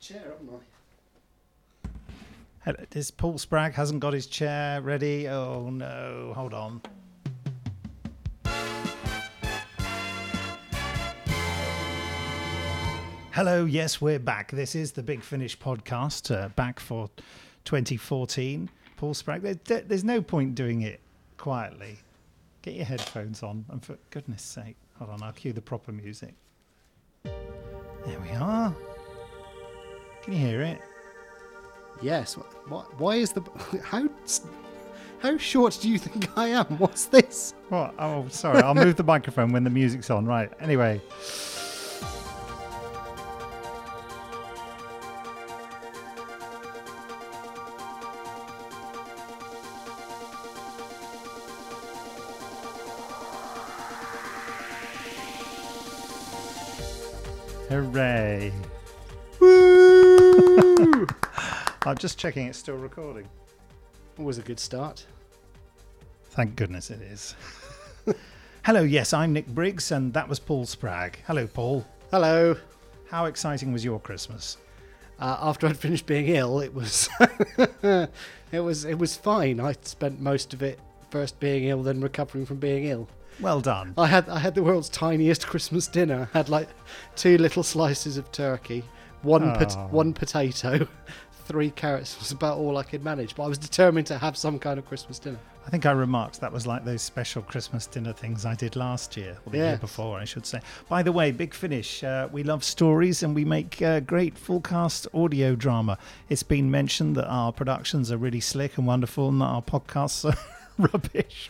chair, haven't I? Hello, This Paul Spragg hasn't got his chair ready. Oh no, hold on. Hello, yes, we're back. This is the Big Finish podcast, uh, back for 2014. Paul Spragg, there- there, there's no point doing it quietly. Get your headphones on, and for goodness sake, hold on, I'll cue the proper music. There we are. Can you hear it? Yes. wh- What? Why is the how? s- How short do you think I am? What's this? What? Oh, sorry. I'll move the microphone when the music's on. Right. Anyway. Hooray. Woo! I'm just checking it's still recording. Always a good start. Thank goodness it is. Hello, yes, I'm Nick Briggs, and that was Paul Spragg. Hello, Paul. Hello. How exciting was your Christmas? Uh, after I'd finished being ill, it was it was it was fine. I spent most of it first being ill, then recovering from being ill. Well done. I had I had the world's tiniest Christmas dinner. I had like two little slices of turkey, one pot- Oh. one potato, three carrots was about all I could manage. But I was determined to have some kind of Christmas dinner. I think I remarked that was like those special Christmas dinner things I did last year, or the year Yes. before, I should say. By the way, Big Finish, uh, we love stories and we make uh, great full cast audio drama. It's been mentioned that our productions are really slick and wonderful and that our podcasts are rubbish.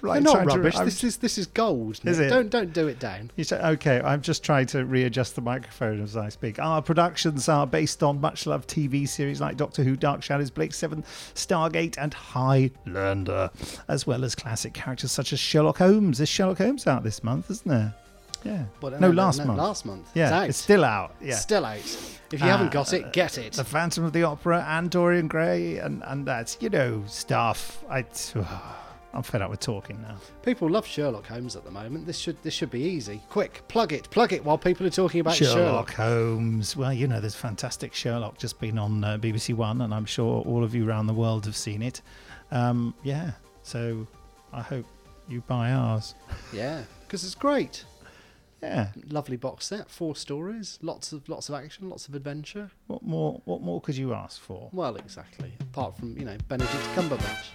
They're right, not trying to- rubbish. I'm- this is this is gold. Nick. Is it? Don't don't do it down. You say, okay, I'm just trying to readjust the microphone as I speak. Our productions are based on much loved TV series like Doctor Who, Dark Shadows, Blake Seven, Stargate, and Highlander, as well as classic characters such as Sherlock Holmes. Is Sherlock Holmes out this month, isn't there? Yeah. Well, no, last month. Last month. yeah, it's out. it's still out. Yeah. Ah, Still out. If you haven't got it, get it. the Phantom of the Opera and Dorian Gray and, and that's, you know, stuff. I, I'm fed up with talking now. people love Sherlock Holmes at the moment. This should this should be easy. Quick, plug it, plug it while people are talking about Sherlock, Sherlock. Holmes. Well, you know, there's fantastic Sherlock just been on uh, BBC One, and I'm sure all of you around the world have seen it. Um, yeah, so I hope you buy ours. Yeah, because it's great. Yeah. lovely box set, four stories, lots of lots of action, lots of adventure. What more? What more could you ask for? Well, exactly. Apart from you know Benedict Cumberbatch.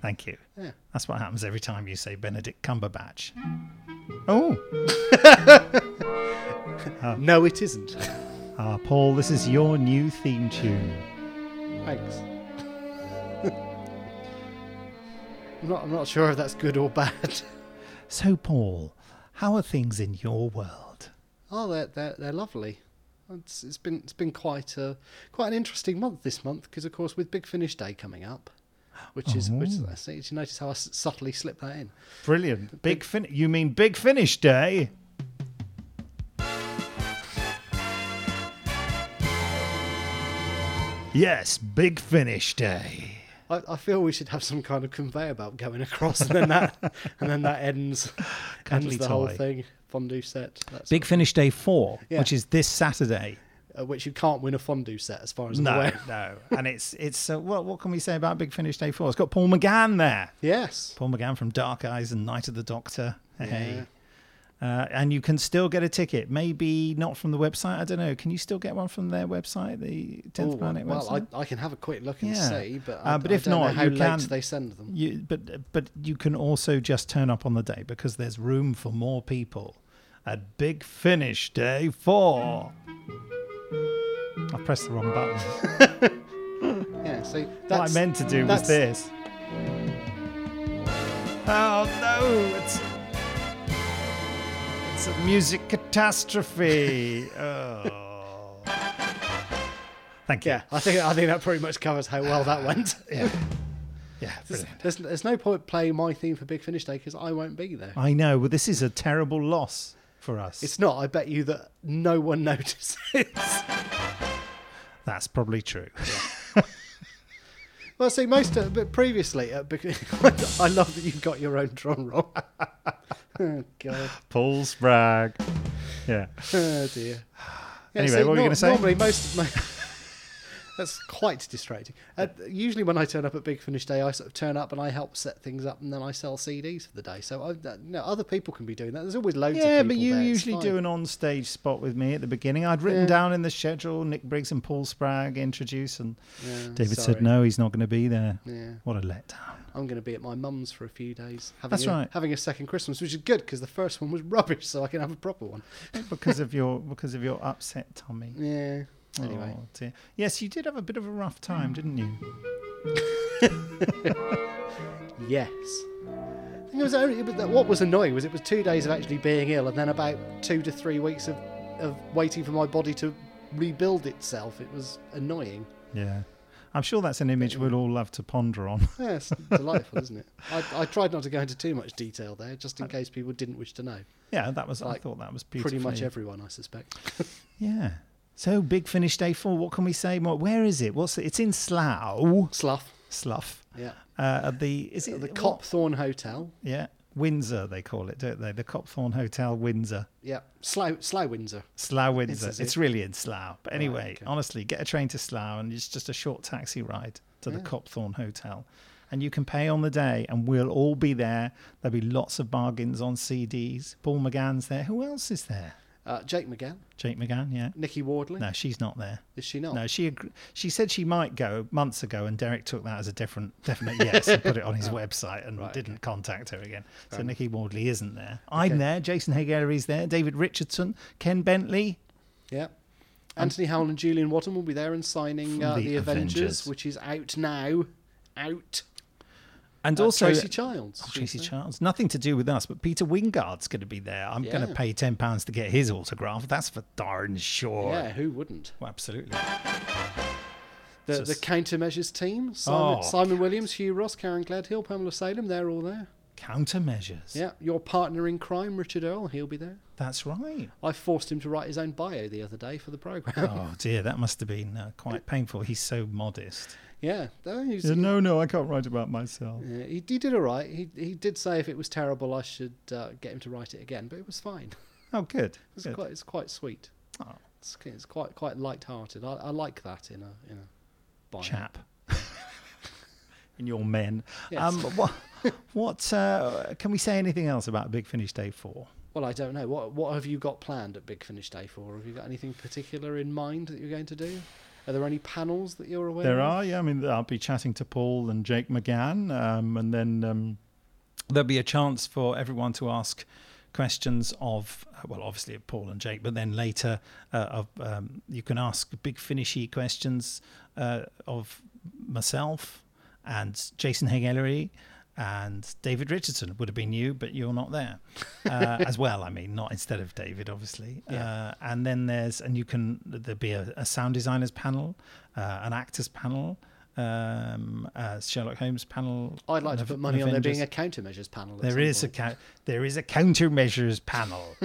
Thank you. Yeah. That's what happens every time you say Benedict Cumberbatch. Oh, No, it isn't. ah, Paul, this is your new theme tune. Thanks. I'm not. I'm not sure if that's good or bad. So, Paul, how are things in your world? Oh, they're they're, they're lovely. It's, it's been it's been quite a quite an interesting month this month because of course with Big Finish Day coming up, which is which is, I see. Did you notice how I s- subtly slipped that in? Brilliant. Big fin. You mean Big Finish Day? Yes, Big Finish Day. I, I feel we should have some kind of conveyor belt going across, and then that, and then that ends, ends Cuddly the whole toy. thing. Fondue set, that's, Big Finish Day four, Yeah. which is this Saturday. uh, which you can't win a fondue set, as far as I'm No, aware. no, and it's it's uh, what what can we say about Big Finish Day four? It's got Paul McGann there. Yes, Paul McGann from Dark Eyes and Night of the Doctor. Hey. Uh, and you can still get a ticket, maybe not from the website. I don't know. Can you still get one from their website, the Tenth Ooh, Planet website? well, I, I can have a quick look and Yeah. see, but Uh, I, but I if don't know not, how you late can- they send them. You, but but you can also just turn up on the day because there's room for more people at Big Finish Day Four. I pressed the wrong button. Yeah, so that's, what I meant to do that's- was this. Oh no! It's it's a music catastrophe. oh. Thank you. Yeah, I think I think that pretty much covers how well that went. yeah, yeah. Brilliant. there's, there's no point playing my theme for Big Finish Day because I won't be there. I know. Well, this is a terrible loss for us. It's not. I bet you that no one notices. That's probably true. Well, see, most of, but previously, uh, because I love that you've got your own drum roll. oh, God. Paul Spragg. Yeah. Oh dear. Yeah, Anyway, what were you gonna say? Normally, most my, that's quite distracting. Uh, usually, when I turn up at Big Finish Day, I sort of turn up and I help set things up, and then I sell CDs for the day. So, I, that- no, other people can be doing that. There's always loads. of Yeah, people but you there, it's usually do fine. an on-stage spot with me at the beginning. I'd written Yeah. down in the schedule Nick Briggs and Paul Spragg introduce, and Yeah, David sorry. said no, he's not going to be there. Yeah, What a letdown! I'm going to be at my mum's for a few days. Having That's a, right. Having a second Christmas, which is good because the first one was rubbish, so I can have a proper one. because of your because of your upset tummy. Yeah. Anyway, Oh, dear. yes, you did have a bit of a rough time, didn't you? yes. I think it was only, but what was annoying was it was two days of actually being ill, and then about two to three weeks of, of waiting for my body to rebuild itself. It was annoying. Yeah, I'm sure that's an image we'll all love to ponder on. Yeah, it's delightful, isn't it? I, I tried not to go into too much detail there, just Uh, in case people didn't wish to know. yeah, that was. I Like, thought that was beautiful. Pretty much everyone, I suspect. Yeah. So big finish day four. What can we say? More? Where is it? What's it? It's in Slough. Slough. Slough. Yeah. Uh, at the is it The what- Copthorne Hotel. Yeah, Windsor they call it, don't they? The Copthorne Hotel, Windsor, Yeah. Slough, Slough Windsor. Slough, Windsor. is It's, it. really in Slough. But anyway, okay. honestly, get a train to Slough and it's just a short taxi ride to the Yeah. Copthorne Hotel, and you can pay on the day, and we'll all be there. There'll be lots of bargains on CDs. Paul McGann's there. Who else is there? Uh, Jake McGann. Jake McGann, yeah. Nikki Wardley. No, she's not there. Is she not? No, she agr she said she might go months ago, and Derek took that as a different definite yes and put it on his website and Right, didn't contact her again. So enough. Nikki Wardley isn't there. I'm Okay. there. Jason Hagery's there. David Richardson, Ken Bentley. Yeah. Anthony Howell and Julian Watton will be there and signing From uh, The The, Avengers, Avengers. which is out now. Out. And Uh, also Tracy Childs. Oh, she's Tracy there. Childs. Nothing to do with us, but Peter Wingard's going to be there. I'm going to Yeah. pay ten pounds to get his autograph. That's for darn sure. Yeah, who wouldn't? Well, absolutely. The, So the s- countermeasures team Simon, Oh. Simon Williams, Hugh Ross, Karen Gladhill, Pamela Salem, they're all there. Countermeasures. Yeah, your partner in crime, Richard Earle, he'll be there. That's right. I forced him to write his own bio the other day for the programme. Oh dear, that must have been uh, quite painful. He's so modest. yeah, no, he's, Yeah, no, no, I can't write about myself. yeah, he, he did all right. He, he did say if it was terrible, I should uh, get him to write it again, but it was fine. Oh, good. It's good. quite it's quite sweet. Oh, It's, ki- it's quite quite light-hearted. I, I like that in a in a bio. chap. and your men. Yes. Um, what what uh, can we say anything else about Big Finish Day 4? Well, I don't know. What what have you got planned at Big Finish Day for? Have you got anything particular in mind that you're going to do? Are there any panels that you're aware? There of? are, yeah. I mean, I'll be chatting to Paul and Jake McGann, um, and then um, there'll be a chance for everyone to ask questions of, uh, well, obviously of Paul and Jake, but then later uh, of um, you can ask big finishy questions uh, of myself and Jason Hagellery and David Richardson would have been you, but you're not there uh, as well. I mean, not instead of David, obviously. Uh, and then there's, and you can, there'll be a, a sound designers panel, uh, an actors panel, um, uh, Sherlock Holmes panel. I'd like to Ave- put money on there Avengers. being a countermeasures panel. At There some is a point. count. There is a countermeasures panel.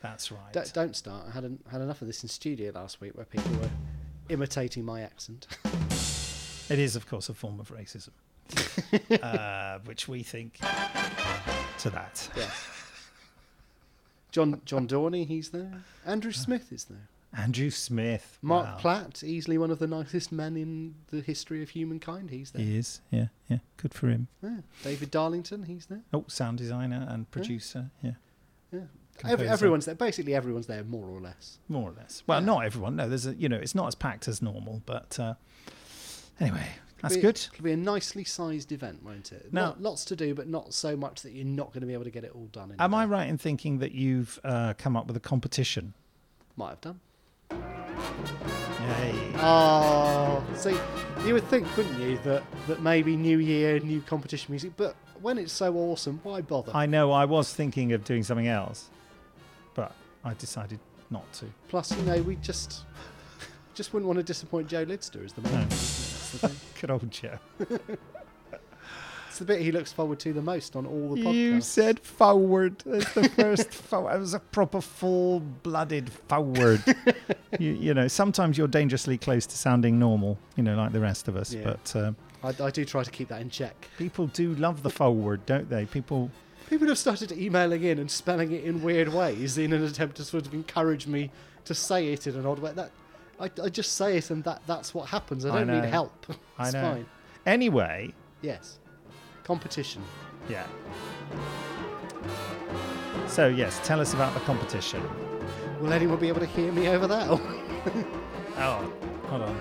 That's right. D- don't start. I had en- had enough of this in studio last week where people were imitating my accent. It is, of course, a form of racism, uh, which we think to that. yes. John John Dorney, he's there. Andrew Smith is there. Andrew Smith, Mark wow. Platt, easily one of the nicest men in the history of humankind, he's there. He is, yeah, yeah. Good for him. Yeah. David Darlington, he's there. Oh, sound designer and producer, yeah. Yeah. Every, Composer. everyone's there. Basically, everyone's there, more or less. more or less. Well, Yeah. not everyone. No, there's a you know, it's not as packed as normal, but uh, anyway, that's Be- good. It'll be a nicely sized event, won't it? Now- Lot- lots to do, but not so much that you're not going to be able to get it all done. In a Am I day. right in thinking that you've uh, come up with a competition? Might have done. Yay! Oh, see, you would think, wouldn't you, that, that maybe New Year, new competition music, but when it's so awesome, why bother? I know I was thinking of doing something else, but I decided not to. Plus, you know, we just just wouldn't want to disappoint Joe Lidster, is the main No. thing, isn't it? That's the thing. Good old Joe. It's the bit he looks forward to the most on all the podcasts. You said forward. That's the first forward. It was a proper full blooded forward. you, you know, sometimes you're dangerously close to sounding normal, you know, like the rest of us. Yeah. But um, I, I do try to keep that in check. people do love the forward, don't they? People People have started emailing in and spelling it in weird ways in an attempt to sort of encourage me to say it in an odd way. That I, I just say it, and that that's what happens. I I don't need know. help. it's I know. fine. Anyway, Yes, competition. yeah. So yes, tell us about the competition. Will anyone be able to hear me over that? Oh, hold on.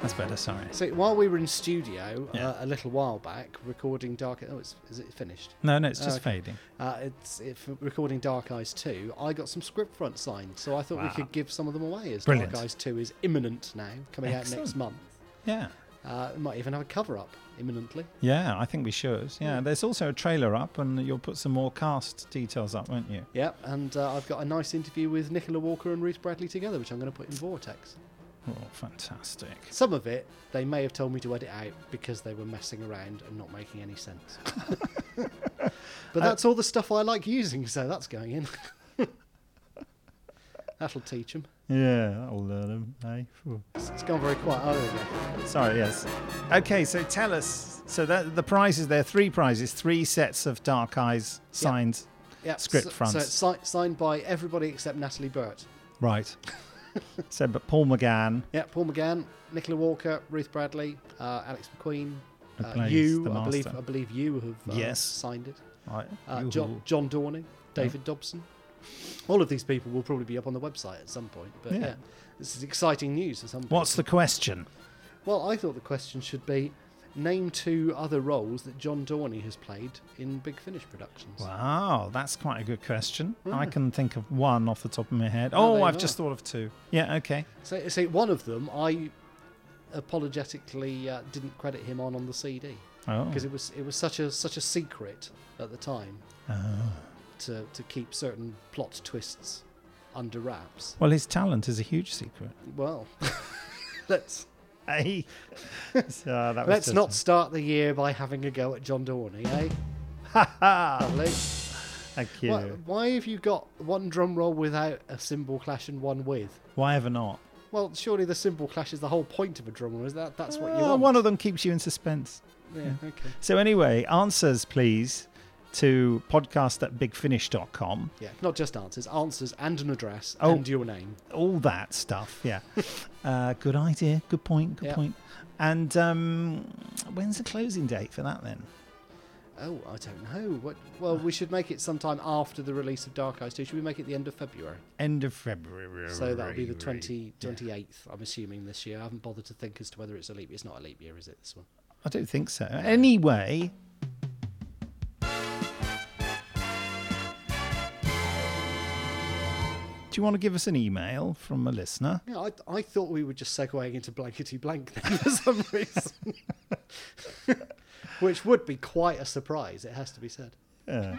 That's better. Sorry. so while we were in studio Yeah. uh, a little while back, recording Dark. Oh, it's, is it finished? No, no, it's just Okay. fading. Uh, it's it, for recording Dark Eyes Two. I got some script front signed, so I thought we Wow. could give some of them away. As Brilliant. Dark Eyes Two is imminent now, coming out next Excellent. month. Yeah. Uh, we might even have a cover up imminently. Yeah, I think we should. Yeah, there's also a trailer up, and you'll put some more cast details up, won't you? Yep, and uh, I've got a nice interview with Nicola Walker and Ruth Bradley together, which I'm going to put in Vortex. Oh, fantastic. Some of it they may have told me to edit out because they were messing around and not making any sense. but that's all the stuff I like using, so that's going in. That'll teach them. Yeah, that'll learn them, eh? Phew. It's, it's gone very quiet. Oh, there we go. Sorry, yes. Okay, so tell us. So that the prizes there, are three prizes, three sets of Dark Eyes signed. Yeah, Script so, fronts. So it's si- signed by everybody except Natalie Burt. Right. so, but Paul McGann, Yeah, Paul McGann, Nicola Walker, Ruth Bradley, uh, Alex McQueen, Who uh, plays you. the I believe master. I believe you have uh, Yes. signed it. right, Uh, yoo-hoo. John, John Dorney, David Dobson. All of these people will probably be up on the website at some point. But yeah, Yeah. this is exciting news at some point. What's the question? Well, I thought the question should be. Name two other roles that John Dorney has played in Big Finish productions. Wow, that's quite a good question. I Yeah. can think of one off the top of my head. Oh, Oh, there I've you just Hmm. are. thought of two. Yeah, okay. So, so one of them, I apologetically uh, didn't credit him on on the CD Oh, because it was it was such a such a secret at the time Oh. to to keep certain plot twists under wraps. well, his talent is a huge secret. Well, let's Hey, so that was let's just- not start the year by having a go at John Dorney, eh? Ha ha! Lovely. Ah, Thank you. Why, why have you got one drum roll without a cymbal clash and one with? Why ever not? Well, surely the cymbal clash is the whole point of a drum roll. Is that that's what you Oh, want? One of them keeps you in suspense. Yeah. Okay. So anyway, answers please to podcast at bigfinish.com. Yeah, not just answers, answers and an address Oh. and your name. All that stuff. Yeah. uh, good idea. Good point. Good Yeah. point. And um, when's the closing date for that then? Oh, I don't know. What? Well, we should make it sometime after the release of Dark Eyes 2. Should we make it the end of February? End of February. So that'll be the 20, 28th, I'm assuming, this year. I haven't bothered to think as to whether it's a leap year. It's not a leap year, is it, this one? I don't think so. Anyway, do you want to give us an email from a listener? Yeah, I, I thought we were just segueing into blankety blank then for some reason. Which would be quite a surprise, it has to be said. Uh,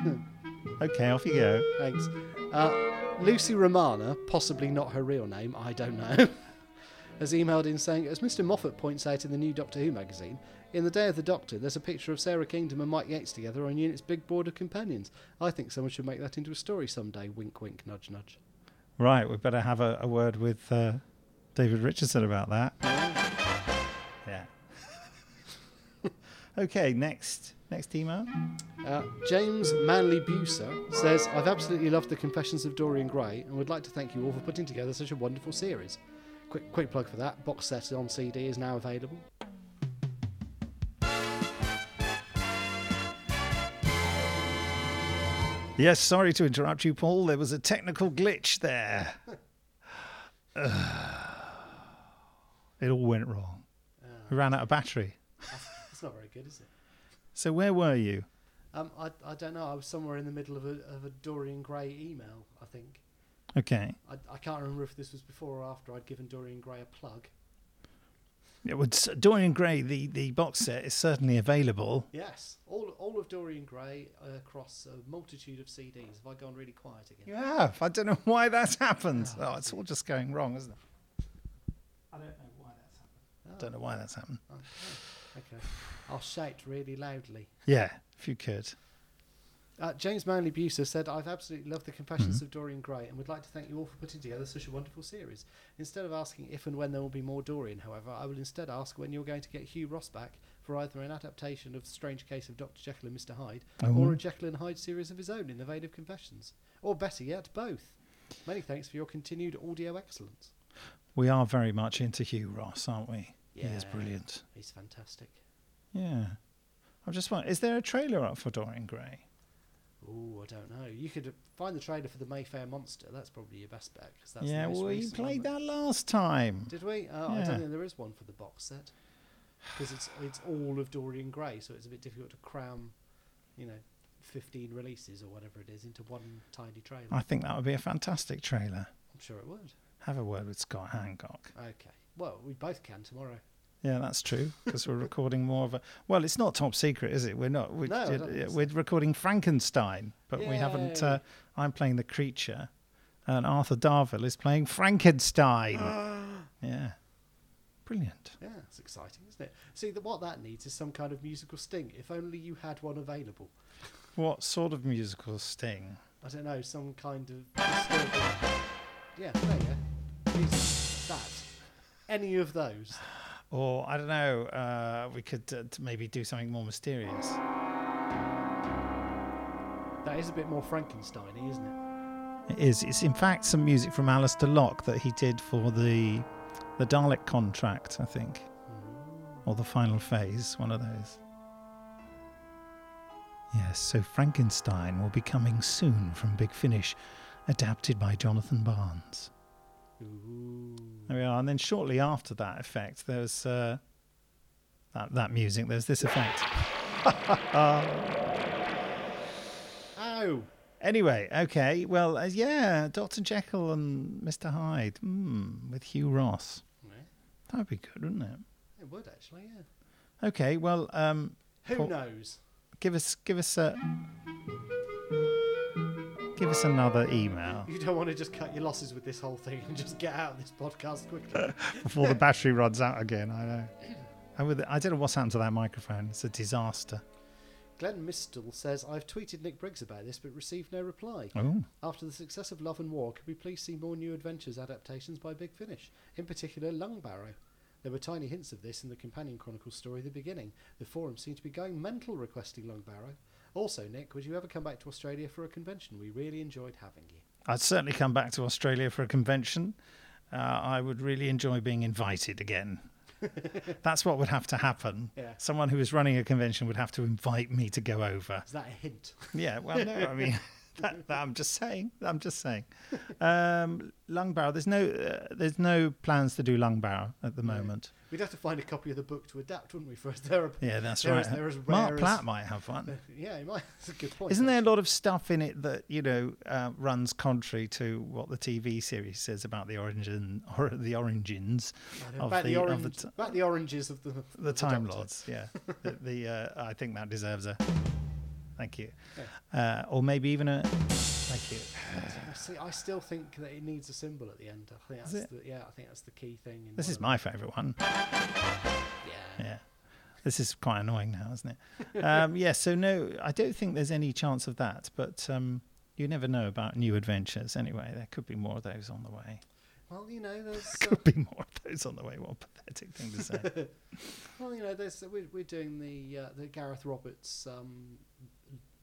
okay, off you go. Thanks. Uh, Lucy Romana, possibly not her real name, I don't know, has emailed in saying, as Mr. Moffat points out in the new Doctor Who magazine, in The Day of the Doctor, there's a picture of Sarah Kingdom and Mike Yates together on Unit's big board of companions. I think someone should make that into a story someday. Wink, wink, nudge, nudge. Right, we better have a, a word with uh, David Richardson about that. Yeah. okay, next next email. Uh, James Manley Buser says, I've absolutely loved the Confessions of Dorian Gray and would like to thank you all for putting together such a wonderful series. Quick, quick plug for that. Box set on CD is now available. Yes, sorry to interrupt you, Paul. There was a technical glitch there. it all went wrong. We ran out of battery. That's not very good, is it? So where were you? Um, I, I don't know. I was somewhere in the middle of a, of a Dorian Gray email, I think. Okay. I, I can't remember if this was before or after I'd given Dorian Gray a plug. It would, Dorian Gray, the, the box set is certainly available. Yes, all, all of Dorian Gray uh, across a multitude of CDs. Have I gone really quiet again? You have. I don't know why that's happened. Oh, it's all just going wrong, isn't it? I don't know why that's happened. I don't know why that's happened. Okay. I'll shout really loudly. Yeah, if you could. Uh, James Manley Buser said, I've absolutely loved the Confessions Mm-hmm. of Dorian Gray and would like to thank you all for putting together such a wonderful series. Instead of asking if and when there will be more Dorian, however, I will instead ask when you're going to get Hugh Ross back for either an adaptation of Strange Case of Dr. Jekyll and Mr. Hyde Oh. or a Jekyll and Hyde series of his own in the vein of Confessions. Or better yet, both. Many thanks for your continued audio excellence. We are very much into Hugh Ross, aren't we? He is Yeah. brilliant. He's fantastic. Yeah. I'm just wondering, is there a trailer up for Dorian Gray? Oh, I don't know. You could find the trailer for the Mayfair Monster. That's probably your best bet. 'cause that's the yeah, most well, you recent one played that last time. Did we? Oh, I Yeah. don't think there is one for the box set because it's it's all of Dorian Gray, so it's a bit difficult to cram, you know, fifteen releases or whatever it is into one tiny trailer. I think that would be a fantastic trailer. I'm sure it would. Have a word with Scott Hancock. Okay. Well, we both can tomorrow. Yeah, that's true because we're recording more of a. Well, it's not top secret, is it? We're not. We're, No, I don't think so. we're recording Frankenstein, but we haven't. Yay. Uh, I'm playing the creature, and Arthur Darvill is playing Frankenstein. yeah, brilliant. Yeah, it's exciting, isn't it? See that what that needs is some kind of musical sting. If only you had one available. What sort of musical sting? I don't know, some kind of disturbing. Yeah, there you go. Music. That. Any of those. Or I don't know. Uh, we could uh, t- maybe do something more mysterious. That is a bit more Frankenstein-y, isn't it? It is. It's in fact some music from Alistair Locke that he did for the the Dalek contract, I think, or the final phase, one of those. Yes, so Frankenstein will be coming soon from Big Finish, adapted by Jonathan Barnes. Ooh. There we are. And then shortly after that effect, there's uh, that that music. There's this effect. Ow! Anyway, okay. Well, uh, yeah, Dr. Jekyll and Mr. Hyde, mm, with Hugh Ross. Yeah, That would be good, wouldn't it? it would actually, yeah. Okay, well, um, Who Paul- knows? give us give us a give us another email You don't want to just cut your losses with this whole thing and just get out of this podcast quickly. before the battery runs out again. I know. I, would, I don't know what's happened to that microphone. It's a disaster. Glenn Mistel says, I've tweeted Nick Briggs about this but received no reply. Oh, After the success of Love and War, could we please see more new adventures adaptations by Big Finish? In particular, Lung Barrow. There were tiny hints of this in the Companion Chronicles story at the beginning. The forum seemed to be going mental requesting Lung Barrow. Also, Nick, would you ever come back to Australia for a convention? We really enjoyed having you. I'd certainly come back to Australia for a convention. Uh, I would really enjoy being invited again. That's what would have to happen. Yeah. Someone who is running a convention would have to invite me to go over. Is that a hint? Yeah, well, no, I mean, that, that I'm just saying. I'm just saying. Um, Lungbarrow, there's no, uh, there's no plans to do Lungbarrow at the moment. We'd have to find a copy of the book to adapt, wouldn't we, for a therapy? Yeah, that's They're right. as- they're as rare Mark as- Platt might have one. Yeah, it might. That's a good point. Isn't there a lot of stuff in it that you know uh, runs contrary to what the TV series says about the origin or the origins I know, of about the, the, of orange, the, t- about the oranges of the of the Time Doctor. Lords? Yeah, the, the uh, I think that deserves a thank you, uh, or maybe even a thank you. See, I still think that it needs a symbol at the end. I think that's the, yeah, I think that's the key thing. In This one is of my favourite one. them. yeah. Yeah. This is quite annoying now, isn't it? Um, yeah, so no, I don't think there's any chance of that, but um, you never know about new adventures anyway. There could be more of those on the way. Well, you know, there's uh, Could be more of those on the way. What a pathetic thing to say. well, you know, there's we're, we're doing the uh, the Gareth Roberts um,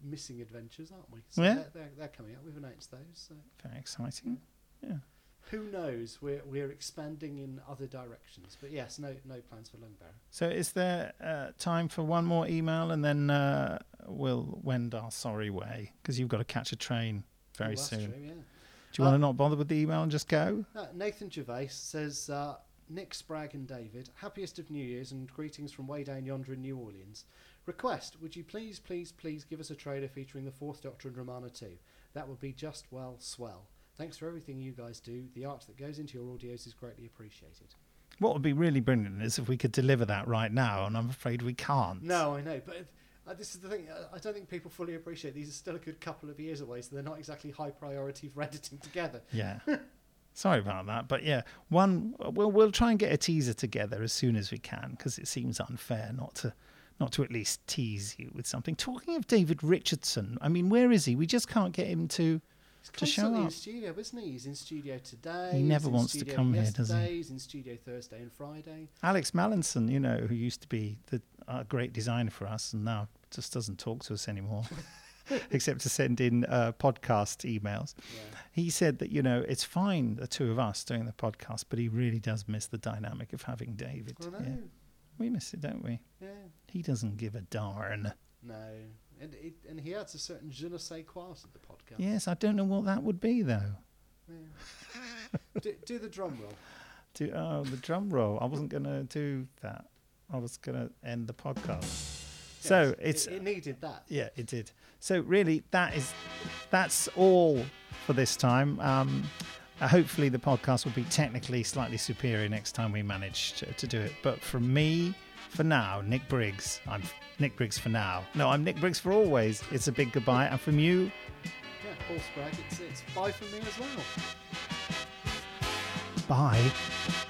missing adventures, aren't we? So Yeah. they're, they're, they're coming out. We've announced those. So Very exciting. Yeah. who knows? We're we're expanding in other directions. But yes, no no plans for Lungbarrow. So is there uh, time for one more email and then uh, we'll wend our sorry way because you've got to catch a train very Well, that's soon. True, yeah. Do you Uh, want to not bother with the email and just go? Uh, Nathan Gervais says, uh, Nick Spragg and David, happiest of New Year's and greetings from way down yonder in New Orleans. Request, would you please, please, please give us a trailer featuring the Fourth Doctor and Romana 2? That would be just well swell. Thanks for everything you guys do. The art that goes into your audios is greatly appreciated. What would be really brilliant is if we could deliver that right now, and I'm afraid we can't. No, I know, but uh, this is the thing. uh, I don't think people fully appreciate these are still a good couple of years away, so they're not exactly high priority for editing together. Yeah. Sorry about that, but yeah, one we'll we'll try and get a teaser together as soon as we can because it seems unfair not to not to at least tease you with something. Talking of David Richardson, I mean, where is he? We just can't get him to He's to show constantly in up. studio, isn't he? He's in studio today. He never he's in wants to studio come here, does he? yesterday, He's in studio Thursday and Friday. Alex Mallinson, you know, who used to be the a great designer for us, and now just doesn't talk to us anymore, except to send in uh, podcast emails. He said that you know it's fine the two of us doing the podcast, but he really does miss the dynamic of having David. I know. Yeah. we miss it, don't we? Yeah. He doesn't give a darn. No. And it, and he adds a certain je ne sais quoi to the podcast. Yes, I don't know what that would be though. Yeah. do, do the drum roll. Do, oh, the drum roll. I wasn't gonna do that. I was gonna end the podcast. So Yes, it's it, it needed that. yeah, it did. So really, that is that's all for this time. Um, uh, hopefully, the podcast will be technically slightly superior next time we manage to, to do it. But from me, for now, Nick Briggs. I'm Nick Briggs for now. No, I'm Nick Briggs for always. It's a big goodbye, and from you, Yeah, Paul Sprague, it's, it's bye from me as well. bye.